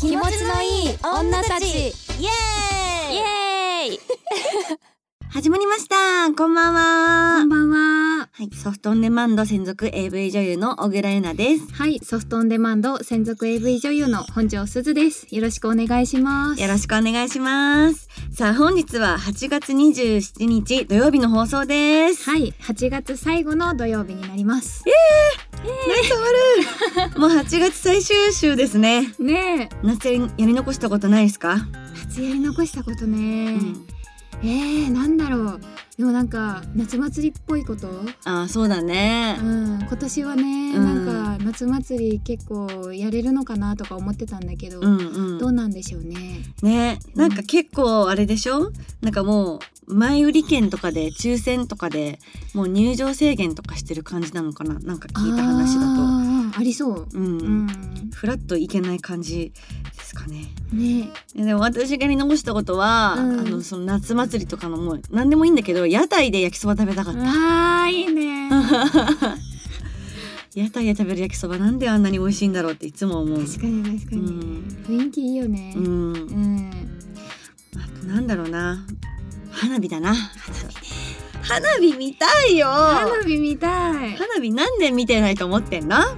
気持ちのいい女たちイエーイイエーイ始まりましたこんばんはこんばんは。はい、ソフトオンデマンド専属 AV 女優の小倉優奈ですはい、ソフトオンデマンド専属 AV 女優の本庄すずです。よろしくお願いします。よろしくお願いしますさあ本日は8月27日土曜日の放送です、はい、8月最後の土曜日になります。もう8月最終週ですねねえ、夏やりやり残したことないですか、夏やり残したことうね。ん、えー、なんだろう。でもなんか夏祭りっぽいこと。あーそうだねうん、今年はね、うんなんか夏祭り結構やれるのかなとか思ってたんだけど、うんどうんうなんでしょうね。ねなんか結構あれでしょなんかもう前売り券とかで抽選とかでもう入場制限とかしてる感じなのかななんか聞いた話だあーありそう。とううんん、フラッといけない感じですかねねえでも私が残したことは、うんあのその夏祭りとかのもう何でもいいんだけど屋台で焼きそば食べたかった、ああいいね。屋台で食べる焼きそばなんであんなに美味しいんだろうっていつも思う確かに確かに、うん雰囲気いいよねううんん、あとなんだろうな花火だな花火見たいよ花火見たい花火何年見てないと思ってんな、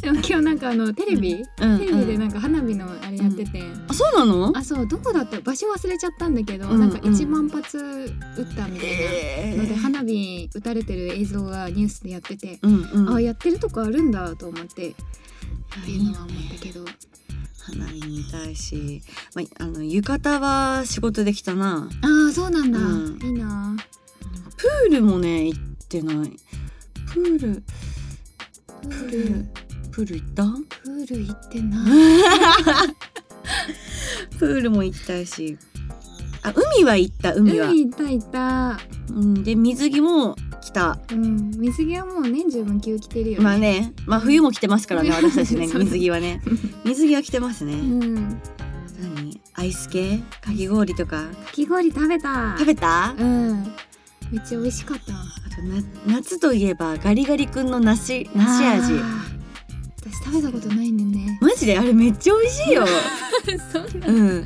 でも今日なんかあのテレビ、うんテレビでうんなんか花火のあれやってて、あそうなのあそうどこだった場所忘れちゃったんだけど、うんなんか1万発撃ったみたいな、えのでー花火撃たれてる映像がニュースでやってて、うんうんあやってるとこあるんだと思ってっいていいようねのは思ったけど、花火見たいし、まあ、あの浴衣は仕事できたなああそうなんだ、うんいいなプールもね行ってないプールププーールルプール行ったプール行ってないプールも行きたいしあ海は行った海は海行った行ったうん、で水着も着たうん、水着はもう年中無休着てるよね。まあねまあ冬も着てますからねうん私たちねそうね水着はね水着は着てますうねん、何アイス系かき氷とかかき氷食べた。食べたあうん、めっちゃ美味しかった。とな夏といえばガリガリ君の梨梨味あー。私食べたことないんだよ ね。マジであれめっちゃ美味しい よそんな。うん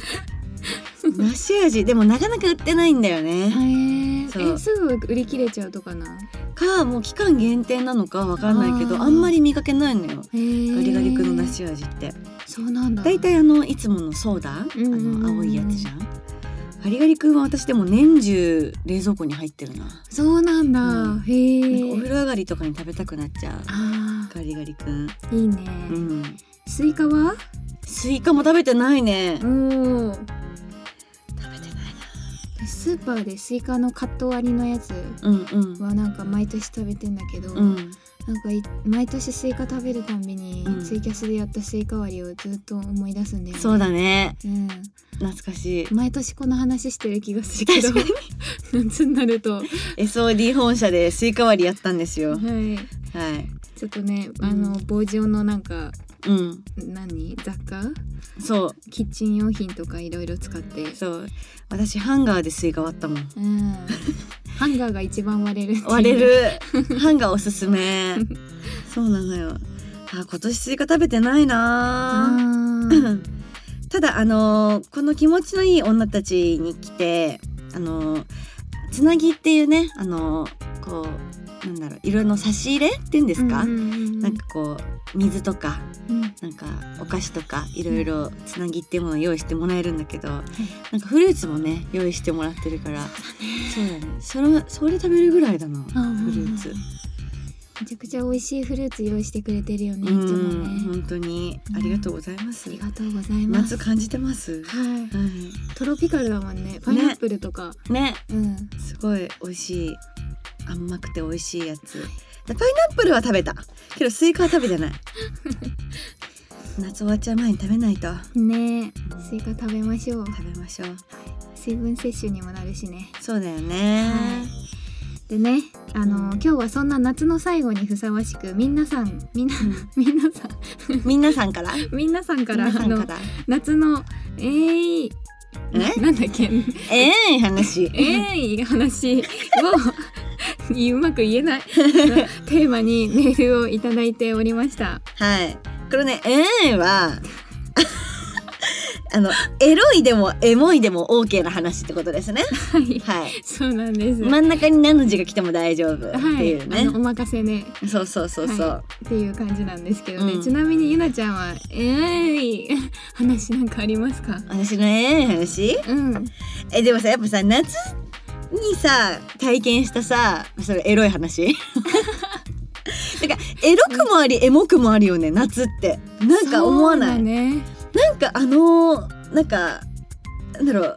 梨味でもなかなか売ってないんだよねえそうー、えすぐ売り切れちゃうとかな。かもう期間限定なのかわかんないけどああーんまり見かけないのよえー、ガリガリ君の。梨味ってそうなんだ。大体あのいつものソーダあうんうんうんの青いやつじゃんガリガリ君は私でも年中冷蔵庫に入ってるなそうなんだ。うんなんかおへ風え。呂上がりとかに食べたくなっちゃうあガリガリ君あ、いいね、うんスイカは？スイカも食べてないねおお。食べてないスーパーでスイカのカット割りのやつなうんうんはなんか毎年食べてんだけど。うんなんかい毎年スイカ食べるたんびに、うんツイキャスでやったスイカ割りをずっと思い出すんだよね。そうだねうん、懐かしい毎年この話してる気がするけど 夏になると、は SOD 本社でスイカ割りやったんですよい、はいちょっとねあの棒状のなんかうん何雑貨そうキッチン用品とかいろいろ使って、そう私ハンガーでスイカ割ったもんうん、ハンガーが一番割れるっていう割れるハンガーおすすめそうなのよあ今年スイカ食べてないなああただあのーこの気持ちのいい女たちに来てあのーつなぎっていうねあのーこうなんだろういろいろ差し入れっていうんですか、ななんかこう水とかうんなんかお菓子とかいろいろつなぎっていうものを用意してもらえるんだけど、なんかフルーツもね用意してもらってるからそうだねそれそれ食べるぐらいだなフあールーツめちゃくちゃ美味しいフルーツ用意してくれてるよねういつんもね。本当にありがとうございますありがとうございます。夏感じてますははいい、トロピカルだもんね。パイナップルとか、ねうん、すごい美味しい甘くて美味しいやつでパイナップルは食べたけどスイカは食べて ない夏終わっちゃう前に食べないとねえ、スイカ食べましょう。食べましょう水分摂取にもなるしね。そうだよね、でね、あの今日はそんな夏の最後にふさわしく、みんなさん、みんな、みんなさん、みんなさんからみんなさんから皆さあんのから夏のえーいえなんだっけ、ええ話えーい話を うまく言えないテーマにメールをいただいておりました。はいこれね「えーん」は あのエロいでもエモいでも OK な話ってことですね。はいはい、そうなんです、真ん中に何の字が来ても大丈夫ってはいいうあねの。お任せねそうそうそうそう。はっていう感じなんですけどね、うんちなみにゆなちゃんはえーい 話なんかありますか私のええ話うんえでもさやっぱさ夏にさ体験したさそれエロい 話なんかエロくもありエモくもあるよね夏ってなんか思わないそうだねなんかあのーなんかなんだろう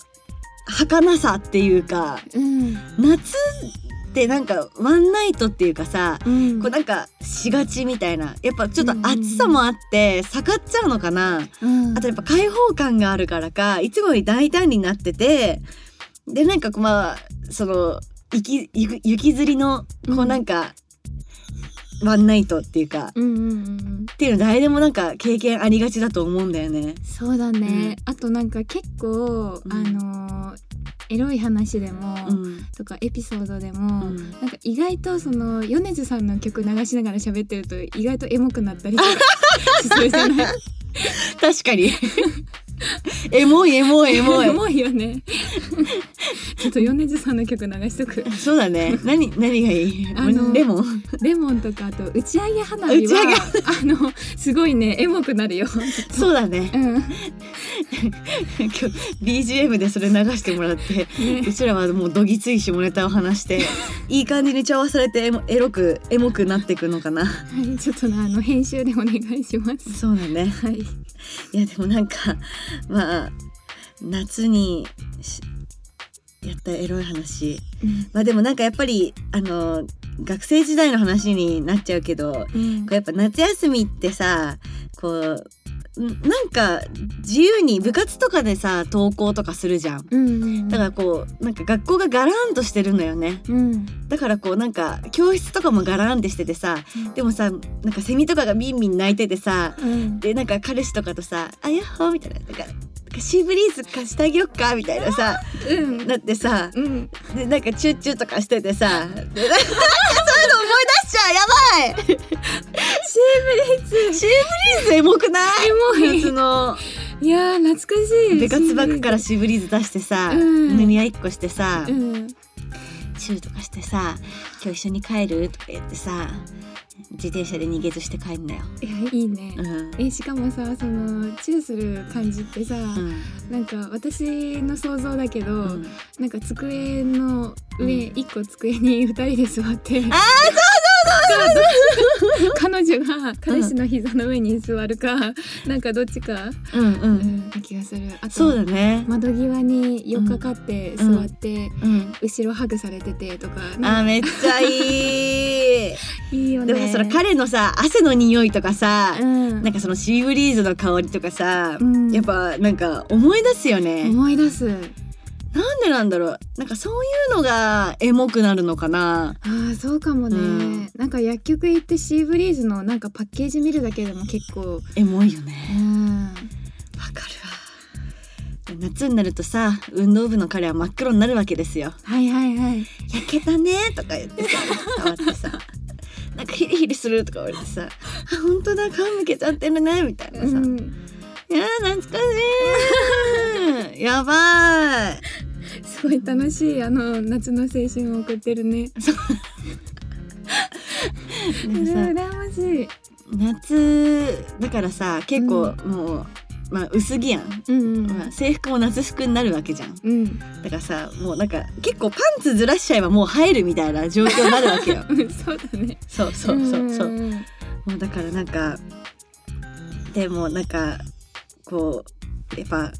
儚さっていうかうん夏ってなんかワンナイトっていうかさうんこうなんかしがちみたいなやっぱちょっと暑さもあって下がっちゃうのかなうんあとやっぱ開放感があるからかいつもより大胆になっててでなんかこうまあその雪雪雪釣りのこううんなんか、ワンナイトっていうかっうんうんうんうんていうの誰でもなんか経験ありがちだと思うんだよね。そうだね、あとなんか結構、うんあのーエロい話でも、うんとかエピソードでうも、んなんか意外とその米津さんの曲流しながら喋ってると意外とエモくなっ たりとかしそうじゃない確かに エモいエモいエモい エモいよねちょっと米津さんの曲流しとくそうだ ね何何がいいあのレモンレモンとかあと打ち上げ花火はあのすごいねエモくなるよ。そうだねうん、ね、今日 BGM でそれ流してもらってうちらはもうどぎつい下ネタを話 していい感じに調和されてエモエロくエモくなっていくのかなはいちょっとねあの編集でお願いします。そうだねはい、いやでもなんかまあ夏にしやったエロい話まあでもなんかやっぱりあの学生時代の話になっちゃうけどこうんうやっぱ夏休みってさこうんなんか自由に部活とかでさ登校とかするじゃん。うん、だからこうなんか学校がガランとしてるのよね。ら、うん、だからこうなんか教室とかもガランってしててさでもさなんかセミとかがビンビン鳴いててさうん、でなんか彼氏とかとさ「あやっほー」みたいななんか「なんかシーブリーズ貸してあげよっか」みたいなさうん、なってさうん、でなんかチュッチュとかしててさでなんかそういうの思い出しちゃうやばいシーブリーズ。シーブリーズエモくない エモい夏のいやー懐かしい。部活バッグからシーブリーズ出してさうん胸に合いっこしてさシーブリーズ。うん、チューとかしてさ「今日一緒に帰る?」とか言ってさ自転車で逃げずして帰んだよ。いやいいね。うんえしかもさそのチューする感じってさ、うんなんか私の想像だけど、うんなんか机の上う一、個机に二人で座ってあそうそうそうそう彼女が彼氏の膝の上に座るか、なんかどっちか、うんううんん、な気がするあとそうだね。窓際に寄っかかって座って、うん。後ろハグされててとかあなーんかめっちゃいい。いいよねでもさその彼のさ汗の匂いとかさ、うんなんかそのシーブリーズの香りとかさ、うんやっぱなんか思い出すよね。思い出すなんでなんだろう。なんかそういうのがエモくなるのかな。ああそうかもね、うんなんか薬局行ってシーブリーズのなんかパッケージ見るだけでも結構エモいようね。んわかるわ。夏になるとさ運動部の彼は真っ黒になるわけですよ。はいはいはい焼けたねとか言って さ触ってさなんかヒリヒリするとか言われてさあ本当だ皮むけちゃってるねみたいなさ、うんいやー懐かしいやばいすごい楽しいあの夏の青春を送ってるね。なんかさ羨ましい。夏だからさ結構もう、まあ薄着やん、うんまあ、制服も夏服になるわけじゃんうん。だからさもうなんか結構パンツずらしちゃえばもう生えるみたいな状況になるわけよそうだね。そうそうそうそううんうんもうだからなんかでもなんかこうやっぱ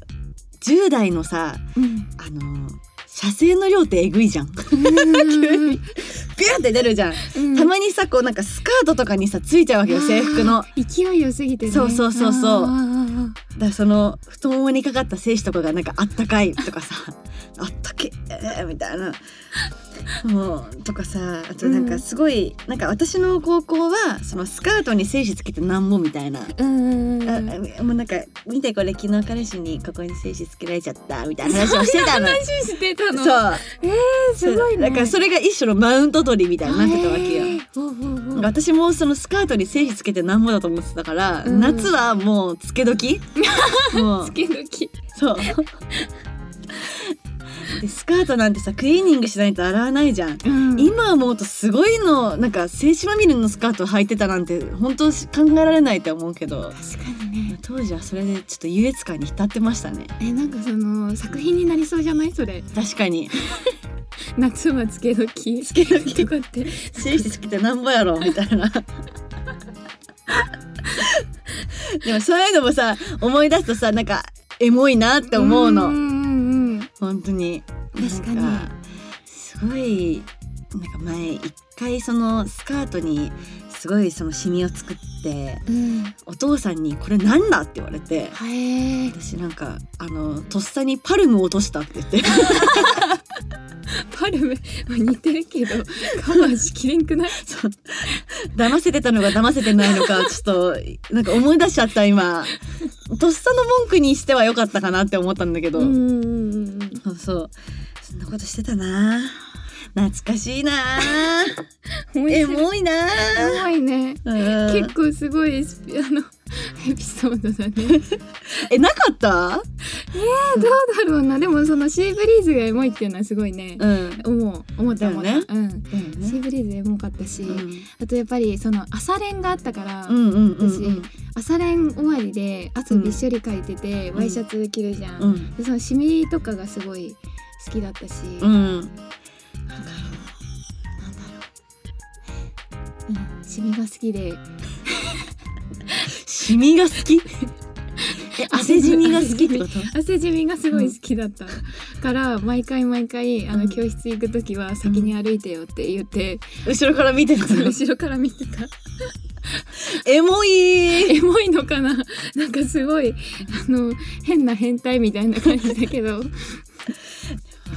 10代のさあの射精の量ってえぐいじゃん ビうん。ュンって出るじゃん、うんたまにさこうなんかスカートとかにさついちゃうわけよあー制服のだか勢いよすぎてね。そうそうそうそうあーあーあ らその太ももにかかった精子とかがなんかあったかいとかさあったけええーみたいなもうとかさあとなんかすごい、なんか私の高校はそのスカートに精子つけてなんぼみたいな。うんうんうんああもうなんか見てこれ昨日彼氏にここに精子つけられちゃったみたいな話をして たの。話してたのそうえーすごいねだからそれが一種のマウント取りみたいになってたわけよ。えーほうほうほなうんか私もそのスカートに精子つけてなんぼだと思ってたから、うん夏はもうつけ 時もう好き好き そうでスカートなんてさクリーニングしないと洗わないじゃん、うん今思うとすごいのなんか精子まみれのスカート履いてたなんて本当考えられないと思うけど確かにね当時はそれでちょっと優越感に浸ってましたねえなんかその作品になりそうじゃないそれ確かに夏はつけ時つけ時とかって精子つけてなんぼやろみたいな。 でもそういうのもさ思い出すとさなんかエモいなって思うの、んうんうん本当に確かになんすごいなんか前一回そのスカートにすごいそのシミを作ってうんお父さんに「これなんだ?」って言われてへえ私なんかあのとっさにパルム落としたって言ってパルム似てるけどカバーしきれんくないそう騙せてたのか騙せてないの かちょっとなんか思い出しちゃった今とっさの文句にしては良かったかなって思ったんだけど、うんうんうんそうそうそんなことしてたな懐かしいなエ面白いモいなすごいねうん結構すごいスピあのエピソードだねえなかったどうだろうなでもそのシーブリーズがエモいっていうのはすごいねうん、思う思った思った、だよねうんだよシねーブリーズエモかったし、うんあとやっぱりその朝練があったから、うんうんうんうん朝練終わりで汗びっしょりかいてて、うんワイシャツ着るじゃん、うんでそのシミとかがすごい好きだったし、うなんだんろう、うん、シミが好きでシミが好き え汗じみが好きってこと汗じみがすごい好きだったから、毎回毎回あうんの教室行く時は先に歩いてよって言って、後ろから見てる その後ろから見てた エモいエモいのかななんかすごいあの変な変態みたいな感じだけどわ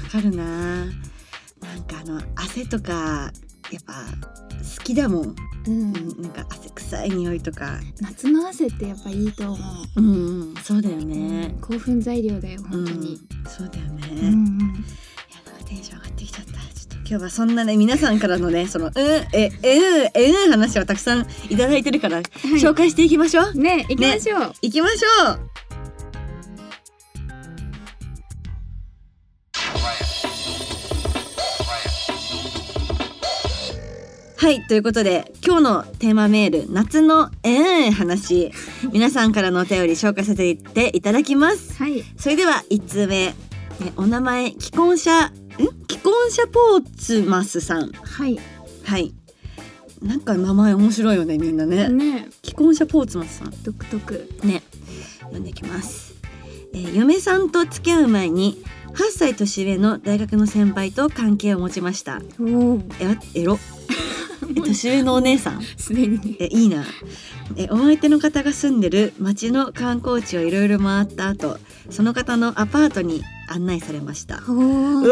かるな。なんかあの汗とかやっぱ好きだもん。うんうんなんか汗臭い匂いとか。夏の汗ってやっぱいいと思ううんうんそうだよね。興奮材料だよ本当に、うんそうだよね。うんいやうんなんかテンション上がってきちゃった。ちょっと今日はそんなね皆さんからのねそのうんええうんえうん話をたくさんいただいてるから、紹介していきましょう。ね行きましょう、行きましょう。はいということで今日のテーマメール夏のええ話皆さんからのお便り紹介させていただきますはいそれでは1通目えお名前既婚者ん既婚者ポーツマスさんはいはいなんか名前面白いよねみんなねね既婚者ポーツマスさん独特ね読んでいきます、えー嫁さんと付き合う前に8歳年上の大学の先輩と関係を持ちましたおおえわエロえ年上のお姉さんすでにえいいなえお相手の方が住んでる町の観光地をいろいろ回った後その方のアパートに案内されましたおおうお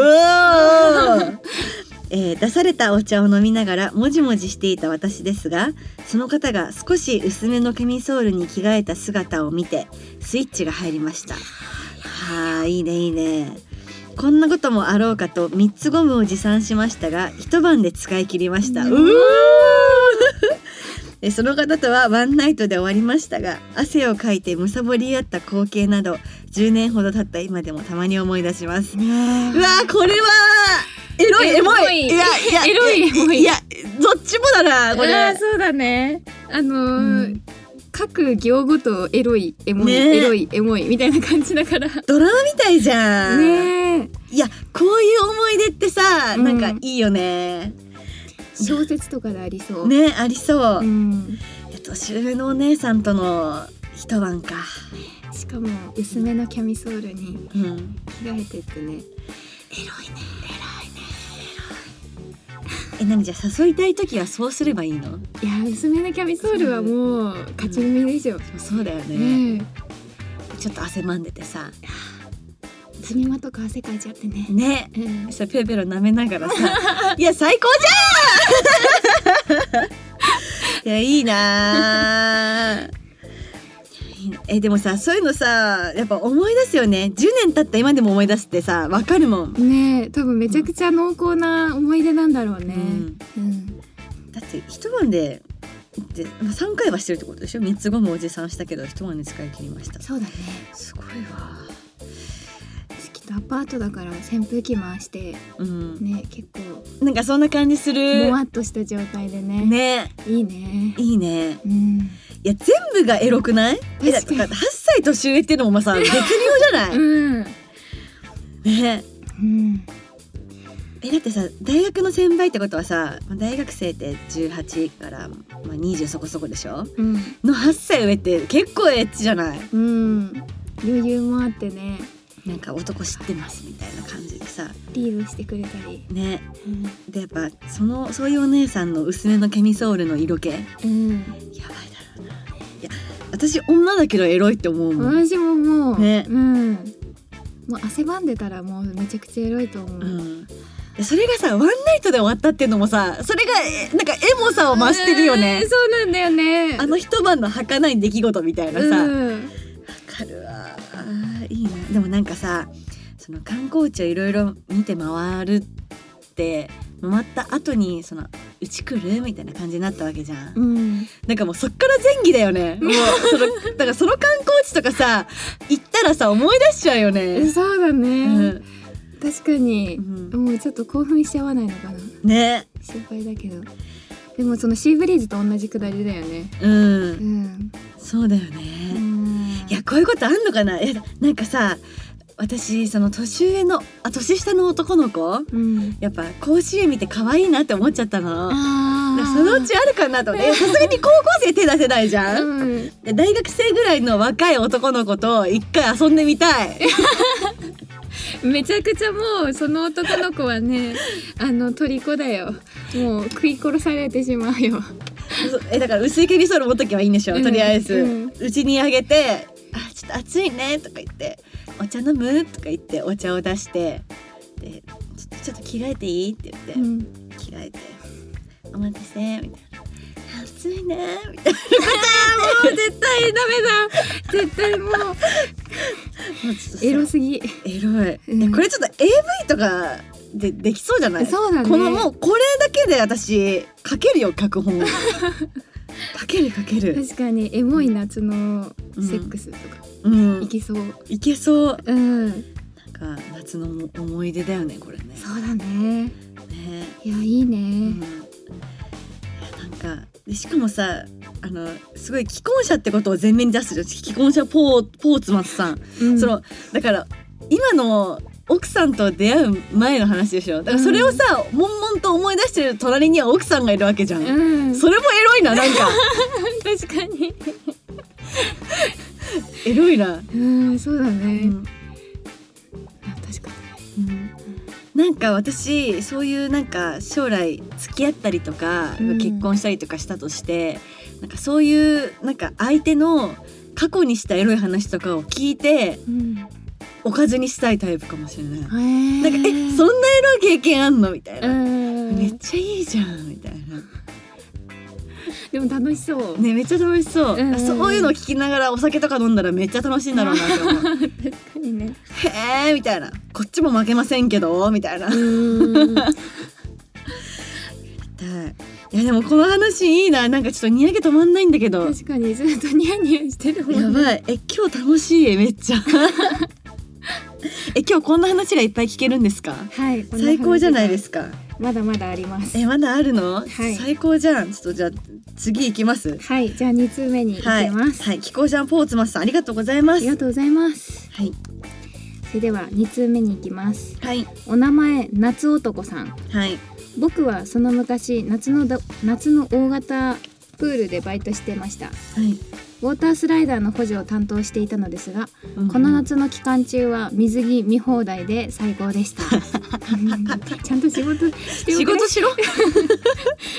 えー出されたお茶を飲みながらもじもじしていた私ですがその方が少し薄めのケミソールに着替えた姿を見てスイッチが入りましたはあいいねいいねこんなこともあろうかと3つゴムを持参しましたが一晩で使い切りましたううわーえその方とはワンナイトで終わりましたが汗をかいてむさぼり合った光景など10年ほど経った今でもたまに思い出しますうわーこれはエロいエエモモいいいやいやエロいエモいやどっちもだなこあれーそうだねあのーうん各行ごとエロいエモい、ねエロいエモいみたいな感じだからドラマみたいじゃん、ねえいやこういう思い出ってさうんなんかいいよね、小説とかでありそう、ねありそう、うん、えっと年上のお姉さんとの一晩かしかも薄めのキャミソールにうんエロいね着替えてってねえ何じゃあ誘いたい時はそうすればいいのいやー薄めのキャミソールはもう勝ち組でしょ、そうだよね、ねえちょっと汗まんでてさ谷間とか汗かいちゃってね。ねうんさペロペロ舐めながら さいや最高 じゃんいやいいなあいいなえでもさそういうのさやっぱ思い出すよね10年経った今でも思い出すってさわかるもん、ねえ多分めちゃくちゃ濃厚な思い出なんだろううね。ん、だうんって一晩でで、まあ、3回はしてるってことでしょ3つ後もおじさんしたけど一晩で使い切りましたそうだね。すごいわきっとアパートだから扇風機回してうんね結構なんかそんな感じするもわっとした状態でね。ねいいね。いいねうん。いや全部がエロくないえだ確かにだから8歳年上っていうのもまあさ絶妙じゃないうん。ねうん。えだってさ大学の先輩ってことはさまあ大学生って18から、まあ、20そこそこでしょうん。の8歳上って結構エッチじゃないうん。余裕もあってね。なんか男知ってますみたいな感じでさリードしてくれたり。ねうん。でやっぱそのそういうお姉さんの薄めのケミソールの色気やばいうん。だろうないや私女だけどエロいって思うもん、私ももう、ねうんもう汗ばんでたらもうめちゃくちゃエロいと思う、うんそれがさワンナイトで終わったっていうのもさそれがえなんかエモさを増してるよねうんそうなんだよねあの一晩の儚い出来事みたいなさ、わうんかるわいいなでもなんかさその観光地をいろいろ見て回るって回った後にそのうち来るみたいな感じになったわけじゃん、うんなんかもうそっから前戯だよねもうそのだからその観光地とかさ行ったらさ思い出しちゃうよえね、そうだうね、ん確かにう、んもうちょっと興奮しちゃわないのかなね心配だけどでもそのシーブリーズと同じくだりだよねうんうん、そうだようね、いん、やこういうことあんのかないやなんかさ私その年上のあ年下の男の子うんやっぱ甲子園見て可愛いなって思っちゃったの。あなんあかそのうちあるかなと思ってえさすがに高校生手出せないじゃんうんで大学生ぐらいの若い男の子と一回遊んでみたいめちゃくちゃもうその男の子はねあの虜だよもう食い殺されてしまうよそえだから薄いケミソール持っとけばいいんでしょ、うんとりあえずうんうち、にあげて「あちょっと暑いね」とか言って「お茶飲む?」とか言ってお茶を出して「でちょちょっと着替えていい?」って言って、うん着替えて「お待たせ」みたいな「暑いね」みたいもう絶対ダメだ絶対もうなもうちょっとさエロすぎエロい、うんこれちょっと AV とかでできそうじゃないそうだねこのもうこれだけで私書けるよ脚 本書ける書ける、確かにエモい夏のセックスとかうんい、きそういけそううん、なんか夏の思い出だよねこれねそうだねね、いやいいうんね、なんかでしかもさあのすごい既婚者ってことを前面に出すじゃん既婚者ポーポーツマスさんうんそのだから今の奥さんと出会う前の話でしょだからそれをさ、悶々と思い出してる隣には奥さんがいるわけじゃん、うんそれもエロいななんか 確かにエロいな、うんそうだうね、んあ確かなんか私そういうなんか将来付き合ったりとか、うん結婚したりとかしたとしてなんかそういうなんか相手の過去にしたエロい話とかを聞いてに、うん、おかずにしたいタイプかもしれない。ななんかえそんなエロい経験あんのみたいな、うんめっちゃいいじゃんみたいな。でも楽しそう、ねめっちゃ楽しそう、うんうんそういうのを聞きながらお酒とか飲んだらめっちゃ楽しいんだろうなって思 う確かにねへえみたいなこっちも負けませんけどみたいなうはいんいやでもこの話いいななんかちょっとにやけ止まんないんだけど確かにずっとニヤニヤしてるもやんね。ばいえ今日楽しいめっちゃえ今日こんな話がいっぱい聞けるんですかはい、。最高じゃないですすかまだまだあります。えまだあるの、い最高じゃんちょっとじゃあ次行きますはい、じゃあ二通目に行はいきます。はい気候ジャンポーツマスさんありがとうございまあすりがとうございます。はいそれでは二通目に行きます。はいお名前夏男さん。はい僕はその昔夏のど夏の大型プールでバイトしてました。はい、ウォータースライダーの補助を担当していたのですが、うんこの夏の期間中は水着見放題で最高でした。うん ちゃんと 仕事しておくれ仕事しろ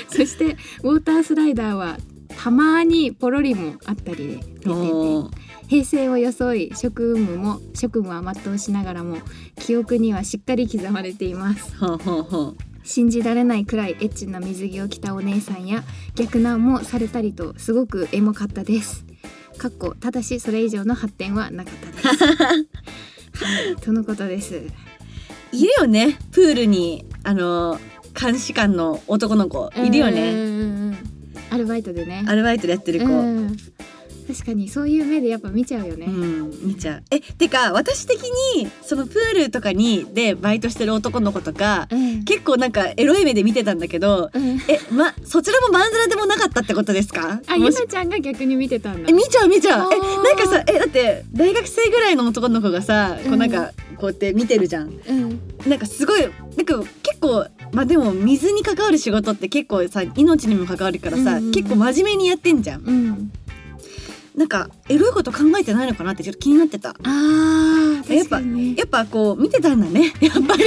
そしてウォータースライダーはたまにポロリもあったりでおー平成を装い職務も職務は全うしながらも記憶にはしっかり刻まれていますほうほうほう信じられないくらいエッチな水着を着たお姉さんや逆難もされたりとすごくエモかったですかっこただしそれ以上の発展はなかった ですはいとのことですいるよねプールにあの監視官の男の子いるようんねうんうんアルバイトでねアルバイトでやってる子、うん確かにそういう目でやっぱ見ちゃうよね、うん、見ちゃう。え、てか私的にそのプールとかにでバイトしてる男の子とかうん結構なんかエロい目で見てたんだけど、うんえ、まそちらもまんざらでもなかったってことですか？あもゆしなちゃんが逆に見てたんだえ見ちゃう見ちゃう。え、あーなんかさ、えだって大学生ぐらいの男の子がさ、こううんなんかこうやって見てるじゃん。うんなんかすごいなんか結構まあでも水に関わる仕事って結構さ命にも関わるからさ、うんうん結構真面目にやってんじゃん。うんなんかエロいこと考えてないのかなってちょっと気になってた。あーやっ確ぱかにねやっぱこう見てたんだね やっぱり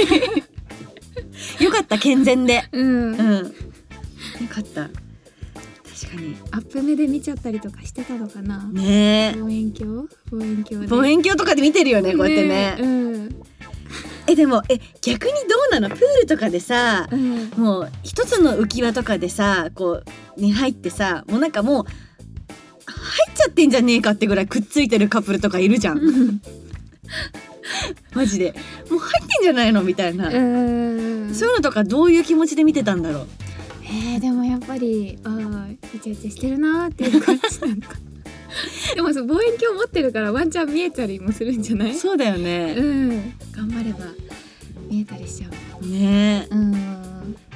よかった健全でうんうんよかった確かにアップ目で見ちゃったりとかしてたのかなね望遠鏡望遠鏡えで望遠鏡とかで見てるよねこうやってねうんえでもえ逆にどうなのプールとかでさうんもう一つの浮き輪とかでさこうに入ってさもうなんかもう入っちゃってんじゃねえかってぐらいくっついてるカップルとかいるじゃんマジでもう入ってんじゃないのみたいな、うんそういうのとかどういう気持ちで見てたんだろうえー、でもやっぱりあーイチャイチャしてるなーっていう感じなのか でもそう望遠鏡持ってるからワンチャン見えたりもするんじゃないそうだよね、うん頑張れば見えたりしちゃうねえうん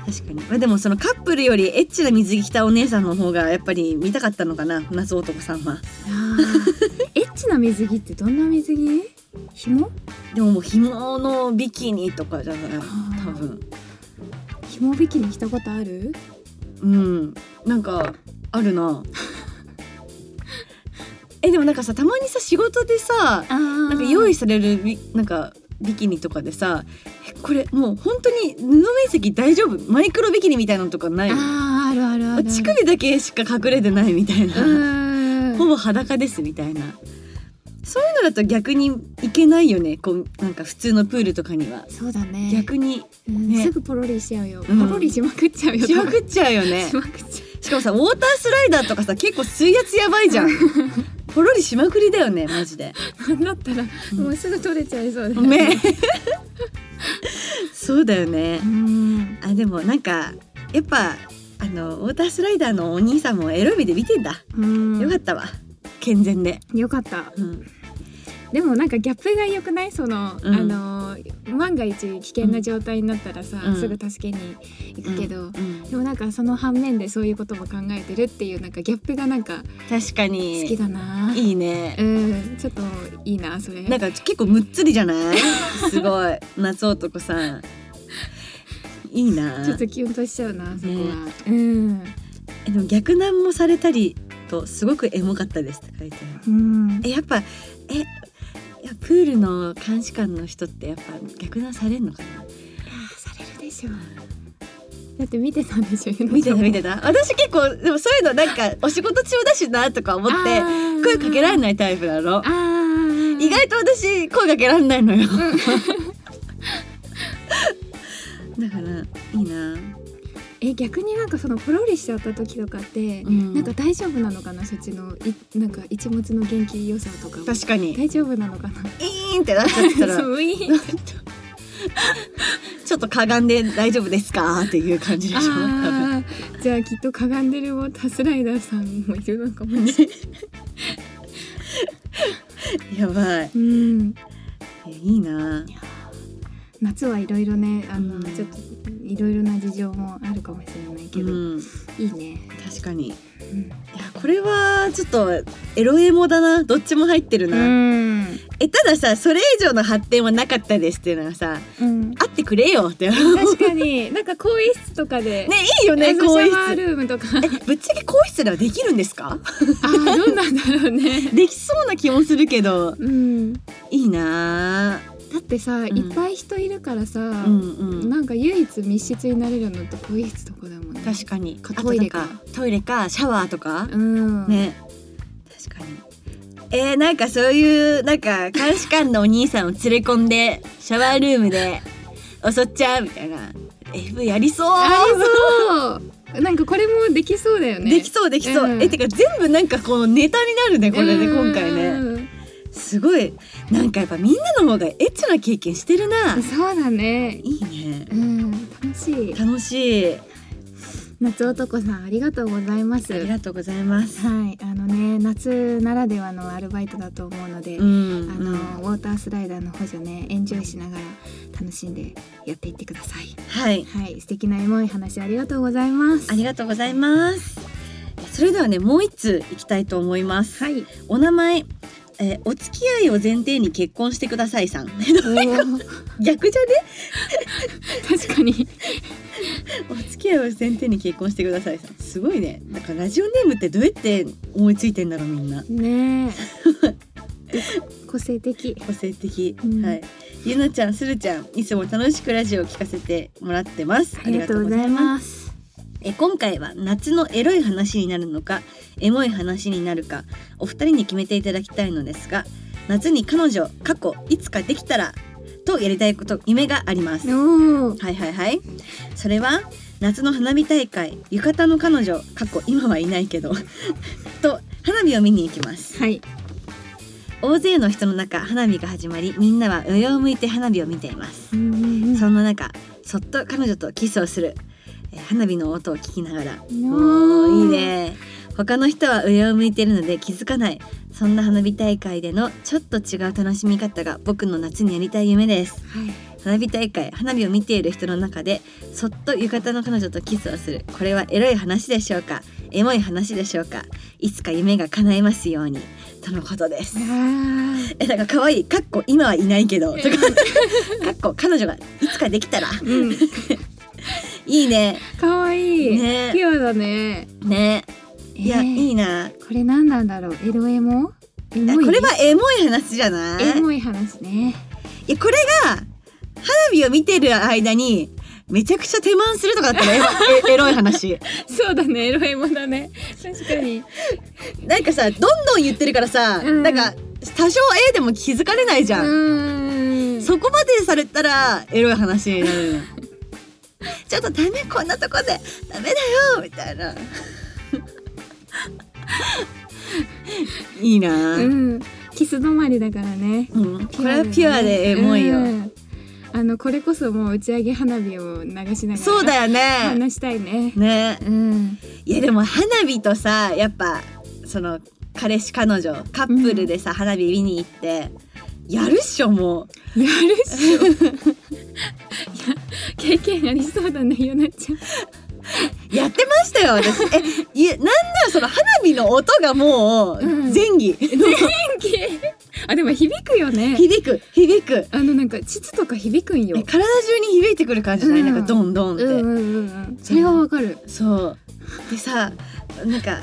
確かにまあでもそのカップルよりエッチな水着着たお姉さんの方がやっぱり見たかったのかな夏男さんはあ ーエッチな水着ってどんな水着紐でももう紐のビキニとかじゃない多分紐引きに来たことあるうんなんかあるな えでもなんかさたまにさ仕事でさあななんか用意されるビなんかビキニとかでさえこれもう本当に布面積大丈夫マイクロビキニみたいなのとかないあーあるあるある乳首だけしか隠れてないみたいな、うんほぼ裸ですみたいなそういうのだと逆にいけないよねこうなんか普通のプールとかにはそうだね逆にうんねすぐポロリしちゃうよ、うんポロリしまくっちゃうよしまくっちゃうよ ねしまくっちゃしかもさウォータースライダーとかさ結構水圧やばいじ ゃんポロリしまくりだよねマジでうなんだったら、うんもうすぐ取れちゃいそうでねそうだよねうんあでもなんかやっぱあのウォータースライダーのお兄さんもエロい目で見てんだ、うんよかったわ健全で、よかったうん、でもなんかギャップが良くないその、うんあのー万が一危険な状態になったらさ、うんすぐ助けに行くけど、うんでもなんかその反面でそういうことも考えてるっていうなんかギャップがなんか確かに好きだな、いいねうんちょっといいなそれなんか結構むっつりじゃないすごい夏男さんいいなちょっとキュンとしちゃうなそこは、ねうんえでも逆難もされたりとすごくエモかったですって書いてあるうんえやっぱえいやプールの監視官の人ってやっぱ逆難されんのかなされるでしょだって見てたんでしょ見てた見てた私結構でもそういうのなんかお仕事中だしなとか思って声かけられいないタイプなのあー意外と私声かけられないのよ だからいいなえ逆になんかそのポロリしちゃった時とかって、うんなんか大丈夫なのかなそっちのいなんか一物の元気良さとかも確かに大丈夫なのかなイーンってなっちゃってたらそういいちょっとかがんで大丈夫ですかっていう感じでしょ多分 あーじゃあきっとかがんでるウォータースライダーさんもいるのか もしれない、やばいうん、いやいいな夏はいろいろねあの、うんちょっといろいろな事情もあるかもしれないけど、うんいいね、確かにいうんやこれはちょっとエロエモだなどっちも入ってるな、えたださそれ以上の発展はなかったですっていうのはさうん、あってくれよってね確かになんか更衣室とかで、 いいよあねの更衣シャワー室ルーム とかあえぶっちゃけ更衣室ではできるんですかーどうなんだろうねできそうな気もするけどうんいいなだっってさ、んいっぱい人いるからさ、うんうんなんか唯一密室になれるのってこういうとこだもんね確かにかあとトイレかなんトイレかシャワーとか、うん、ね確かにえー、なんかそういうなんか監視官のお兄さんを連れ込んでシャワールーム で襲っちゃうみたいな F やりそうありそう なんかこれもできそうだよねできそうできそう、うんえてか全部なんかこのネタになるねこれねうん今回ねすごいなんかやっぱみんなの方がエッチな経験してるなそうだねいいねうん楽しい楽しい夏男さんありがとうございますありはいがとうございますあのね夏ならではのアルバイトだと思うので、うんあのウォータースライダーの補助ねエンジョイしながら楽しんでやっていってくださいはいはい素敵なエモい話ありがとうございますありがとうございますそれではねもう一通いきたいと思いますはいお名前えーお付き合いを前提に結婚してくださいさんおー 逆じゃね 確かにお付き合いを前提に結婚してくださいさんすごいねなんかラジオネームってどうやって思いついてんだろうみんなねえ 個性的個性的、うんはいゆなちゃんするちゃんいつも楽しくラジオを聞かせてもらってますありがとうございすますえ今回は夏のエロい話になるのかエモい話になるかお二人に決めていただきたいのですが夏に彼女過去いつかできたらとやりたいこと夢がありますおおはいはいはいそれは夏の花火大会浴衣の彼女過去今はいないけど と花火を見に行きますはい大勢の人の中花火が始まりみんなは上を向いて花火を見ていますそんな中そっと彼女とキスをするえー花火の音を聞きながらおーいいね他の人は上を向いているので気づかないそんな花火大会でのちょっと違う楽しみ方が僕の夏にやりたい夢ですはい花火大会花火を見ている人の中でそっと浴衣の彼女とキスをするこれはエロい話でしょうかエモい話でしょうかいつか夢が叶えますようにとのことですあえなんか可愛いかっこ今はいないけどとかかっこ彼女がいつかできたらー うんいいね可愛いねピュアだねねいや、えーいいなこれ何なんだろうエロエモエいやモこいれはエモい話じゃないエモい話ねいやこれが花火を見てる間にめちゃくちゃ手満するとかだった らエモえエロい話そうだねエロエモだね確かになんかさどんどん言ってるからさ、うんなんか多少 A でも気づかれないじゃん、うんそこまでされたらエロい話になる のちょっとダメこんなとこでダメだよみたいな いいな、うんうんキス止まりだからねこれはピュアでエモいよ、うんあのこれこそもう打ち上げ花火を流しながらそうだよね話したいねねうんいやでも花火とさやっぱその彼氏彼女カップルでさ、花火見に行ってやるっしょもうやるっしょいや経験ありそうだねヨナち ゃんやってましたよ私えいやなんならその花火の音がもううん前儀、あでも響くよね響く響くあのなんか膣とか響くんよえ体中に響いてくる感じじゃない、うんなんかドンドンって、うんうんうんうんそれはわかるそうでさなんか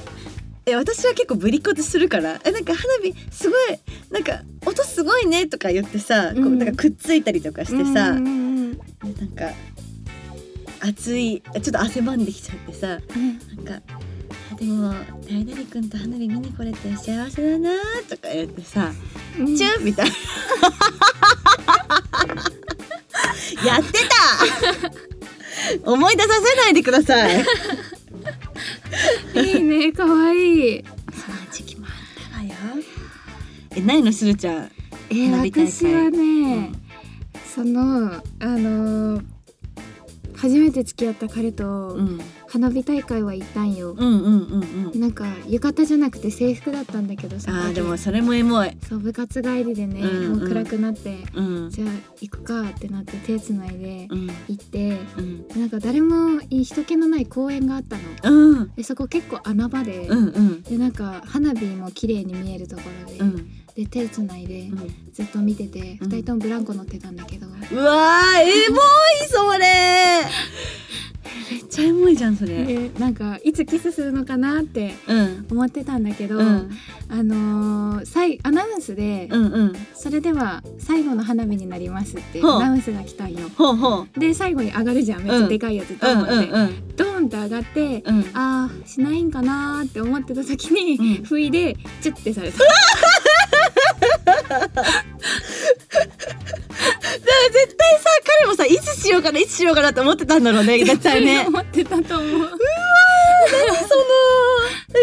え私は結構ぶりっ子ってするからえなんか花火すごいなんか音すごいねとか言ってさ、こううんなんかくっついたりとかしてさ、うんうんなんか熱いちょっと汗ばんできちゃってさうんなんかあでも大々くんと花火見に来れて幸せだなとか言ってさ、うんチュンみ たいなやってた思い出させないでくださいいいね可愛いその時期もあったわよえないのするちゃん、えー花火大会私はうねん、そのあのー初めて付き合った彼とうん、花火大会は行ったんよ、うんうんうんうんなんか浴衣じゃなくて制服だったんだけどそのあー時でもそれもエモいそう部活帰りでね、うんうんもう暗くなってうんじゃあ行くかってなって手つないでうん行って、うんなんか誰も人気のない公園があったのうんでそこ結構穴場で、うんうんでなんか花火も綺麗に見えるところで、うんで手つないでうんずっと見てて、うん二人ともブランコ乗ってたんだけど、うわーエモいそれめっちゃエモいじゃんそれ。でなんかいつキスするのかなってうん思ってたんだけど、うんあのー、さいアナウンスで、うんうん。それでは最後の花火になりますってほうアナウンスが来たんよ。ほうほう。で最後に上がるじゃんめっちゃでかいやつドうーンんって、うんうんドーンって上がってうん。あーしないんかなーって思ってた時に、うん不意でチュッてされた絶対さ彼もさいつしようかないつしようかなって思ってたんだろうね絶対ね思ってたと思 うその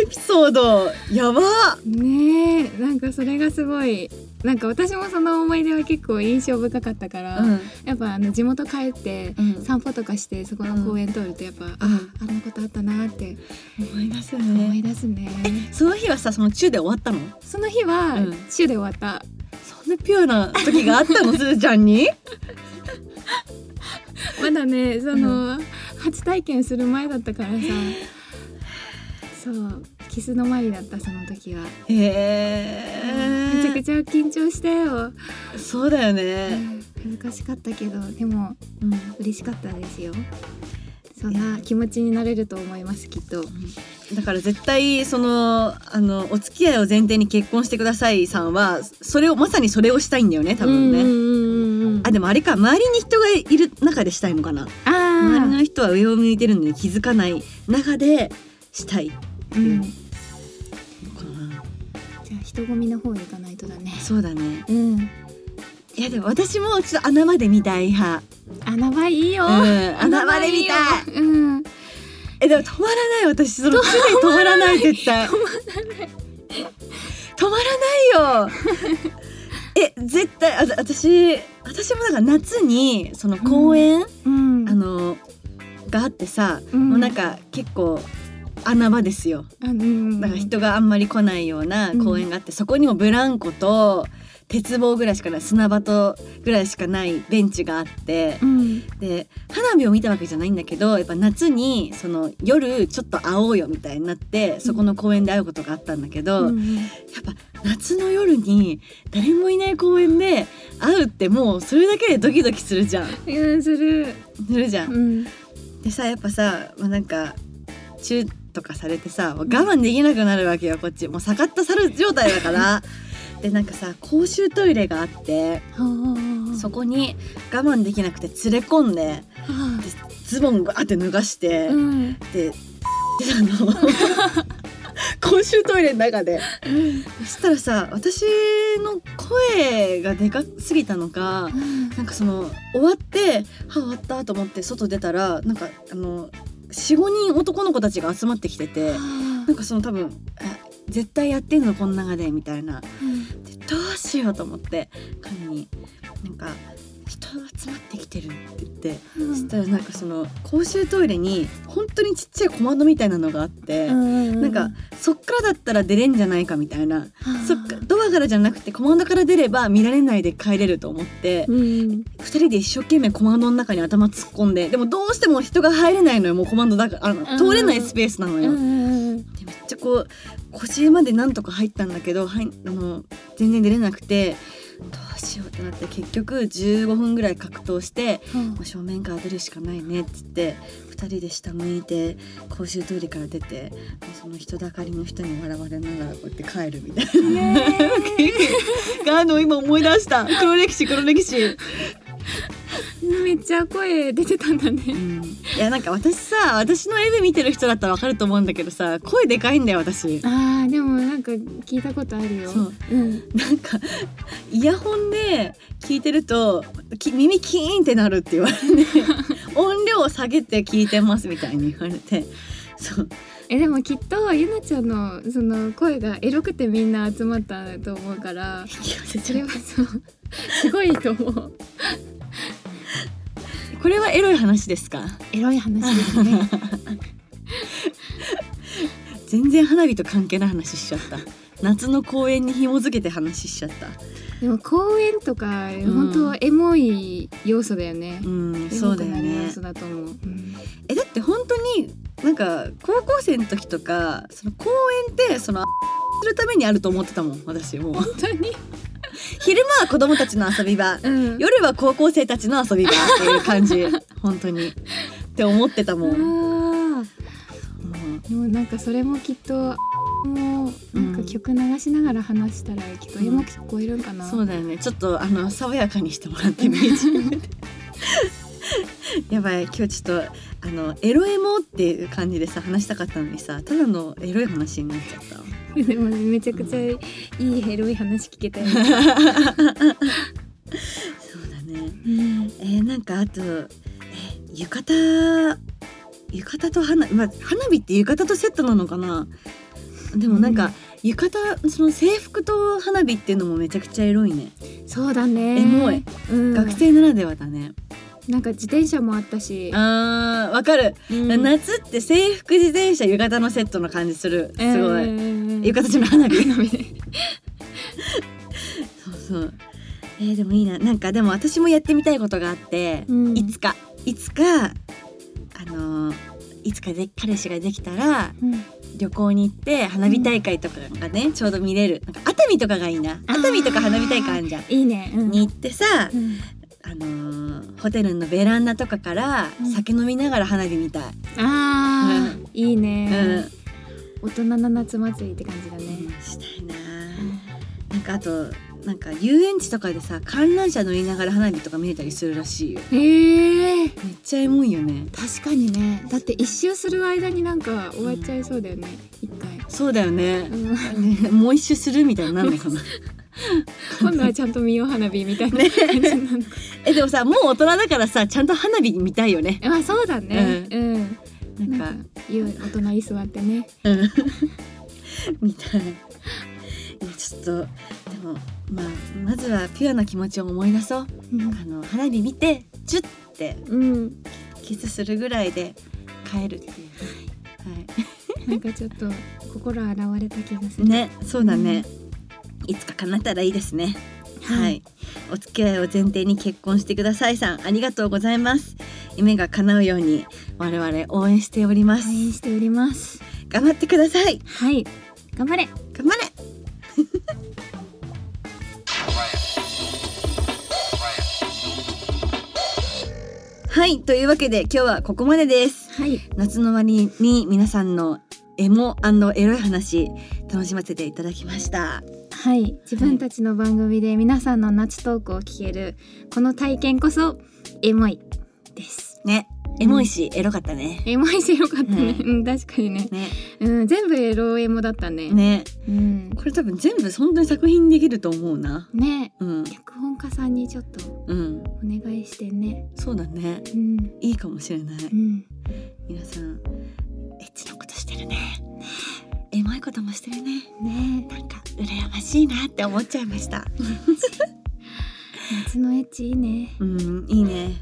エピソードやばねえなんかそれがすごいなんか私もその思い出は結構印象深かったから、うんやっぱあの地元帰ってうん散歩とかしてそこの公園通るとやっぱ、あああんなことあったなーって思い出すよ思ねい出すね、その日はさその中で終わったのその日は、うん週で終わったそんなピュアな時があったのすずちゃんにまだねその、初体験する前だったからさそうキスのマリだったその時は、 へめちゃくえちゃ緊張したよ、そうだようね、ん恥ずかしかったけどでもうん嬉しかったですよそんな気持ちになれると思いますきっとだから絶対そのあのお付き合いを前提に結婚してくださいさんはそれをまさにそれをしたいんだよね多分ね、うんうんうんうんあでもあれか周りに人がいる中でしたいのかなあ周りーの人は上を向いてるのに気づかない中でしたいのかうんな、じゃあ人混みの方に行かないとだねそうだねうんいやでも私もちょっと穴まで見たい派穴場いいよ、うん穴場で見たいいうんえでも止まらない私その常に止まらない絶対止まらない止まらないよ え絶対あ私私もなんか夏にその公園、うんあのがあってさ、うんもうなんか結構穴場ですよあうんなんか人があんまり来ないような公園があって、そこにもブランコと鉄棒ぐらいしかない砂場とぐらいしかないベンチがあってう、んで花火を見たわけじゃないんだけどやっぱ夏にその夜ちょっと会おうよみたいになってそこの公園で会うことがあったんだけど、うやっんぱ夏の夜に誰もいない公園で会うってもうそれだけでドキドキするじゃん。うんするするじゃん。うんでさやっぱさ、まあ、なんかチューとかされてさもう我慢できなくなるわけよこっちもう下がった猿状態だから でなんかさ公衆トイレがあってそこに我慢できなくて連れ込んではでズボンガーって脱がして、あうんでであの公衆トイレの中でそしたらさ私の声がでかすぎたのかなんかその終わっては終わったと思って外出たらなんかあの45人男の子たちが集まってきててなんかその多分あ絶対やってんのこの中でみたいなでどうしようと思って彼になんか人集まってきてるって言ってそしたらなんかその公衆トイレに本当にちっちゃい小窓みたいなのがあって、ななんかそっからだったら出れんじゃないかみたいな、そっかドアからじゃなくて小窓から出れば見られないで帰れると思って、うん二人で一生懸命コマンドの中に頭突っ込んででもどうしても人が入れないのよもうコマンドだからあのうん通れないスペースなのうよ、んでめっちゃこう腰までなんとか入ったんだけど、はい、あの全然出れなくてどうしようってなって結局15分ぐらい格闘してもう正面から出るしかないねって言って二人で下向いて公衆トイレから出てもうその人だかりの人に笑われながらこうやって帰るみ たいな。あの今思い出した黒歴史黒歴史。めっちゃ声出てたんだうねんいやなんか私さ私の MV 見てる人だったらわかると思うんだけどさ声でかいんだよ私あーでもなんか聞いたことあるよそううんなんかイヤホンで聞いてるとき耳キーンってなるって言 われて音量を下げて聞いてますみたいに言われて そうえでもきっとゆなちゃんのその声がエロくてみんな集まったと思うから引き寄せそちれゃうはそうすごいと思うこれはエロい話ですかエロい話ですね全然花火と関係ない話しちゃった夏の公園に紐づけて話しちゃった でも公園とかん本当エモい要素だよねう。んエそモうだくよなる要ね素だと思う。えだって本当になんか高校生の時とかその公園ってそのするためにあると思ってたもん私もう本当に。昼間は子供たちの遊び場うん。 夜は高校生たちの遊び場っていう感じ本当にって思ってたもんでもなんかそれもきっともうなんか曲流しながら話したらきっと絵も聞こえるんかな、そうだよねちょっとあの爽やかにしてもらって BGM で やばい今日ちょっとあのエロエモっていう感じでさ話したかったのにさただのエロい話になっちゃったわ でもめちゃくちゃいいエロい話聞けたよ、そうだねうんえー、なんかあとえ浴衣浴衣と花,、まあ、花火って浴衣とセットなのかなでもなんか、うん浴衣その制服と花火っていうのもめちゃくちゃエロいね、そうだねエモい、うん、学生ならではだねなんか自転車もあったし、あーわかる、うん夏って制服自転車浴衣のセットの感じするすごい、うん浴衣じゃない花火 花火そうそうえー、でもいいななんかでも私もやってみたいことがあって、うんいつかいつかあのーいつかで彼氏ができたらうん旅行に行って花火大会とかがね、ちょうど見れるなんか熱海とかがいいなあー熱海とか花火大会あんじゃん。いいね、うんに行ってさ、うんあのーホテルのベランダとかからうん酒飲みながら花火見たい。あー、いいうねん、、大人な夏祭りって感じだね、したいな。なんかあとなんか遊園地とかでさ観覧車乗りながら花火とか見れたりするらしいよ。へえー、めっちゃエモいよね。確かにねだって一周する間になんか終わっちゃいそうだよね一回、そうだよねう。ん、ねもう一周するみたいになんないかな。今度はちゃんと見よう花火みたいな感じなのか、 えでもさもう大人だからさちゃんと花火見たいよね。まあそうだねううん、なんなかんかゆう大人に座ってねうんみたい。いやちょっとでもまあまずはピュアな気持ちを思い出そう。あの花火見てジュッてうん、キスするぐらいで帰るっていう。はい。なんかちょっと心洗われた気がするね、そうだね。いつか叶ったらいいですね。ははいい。お付き合いを前提に結婚してくださいさん、ありがとうございます。夢が叶うように我々応援しております。応援しております頑張ってください。はい頑張れ頑張れ。 はい、というわけで今日はここまでです。はい夏の終わりに皆さんのエモエロい話楽しませていただきました。はい自分たちの番組で皆さんの夏トークを聞けるこの体験こそエモいですね、エモいし、エロかったね。エモいしよかったね、ううん、確かにねね、うん、全部エロエモだったね。ね、うん、これ多分全部本当に作品できると思うな。ねうん、脚本家さんにちょっとうん、お願いしてね。そうだね。うん、いいかもしれない。うん、皆さん、エッチなことしてるね。エモいこともしてるね。ねなんか羨ましいなって思っちゃいました。夏のエッチいいね。うん、いいね。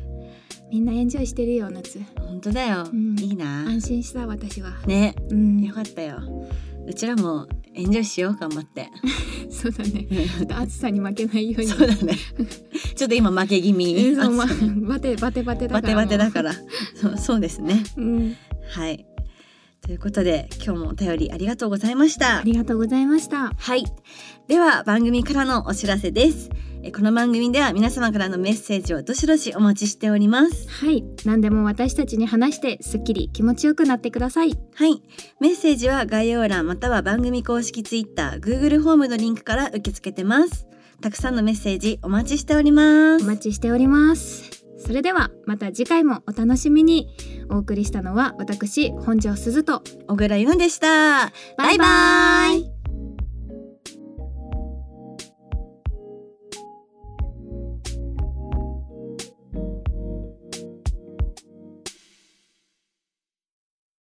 みんなエンジョイしてるよ夏。本当だよ。うんいいな。安心した私は。ね、うん、よかったよ。うちらもエンジョイしよう頑張って。そうだね。ちょっと暑さに負けないように。そうだね。ちょっと今負け気映味。像ま、 バテバテバテだバテからもう。バテだから。そうそうですね。うん、はい。ということで今日もお便りありがとうございましたあ。りがとうございました。はい。では番組からのお知らせです。えこの番組では皆様からのメッセージをどしどしお待ちしております。はい、何でも私たちに話してすっきり気持ちよくなってください。はい。メッセージは概要欄または番組公式 Twitter、Google ホームのリンクから受け付けてます。たくさんのメッセージお待ちしておりまおす。待ちしておりますそれではまた次回もお楽しみにお送りしたのは私本庄すずと小倉優奈でした。バイババイバーイイ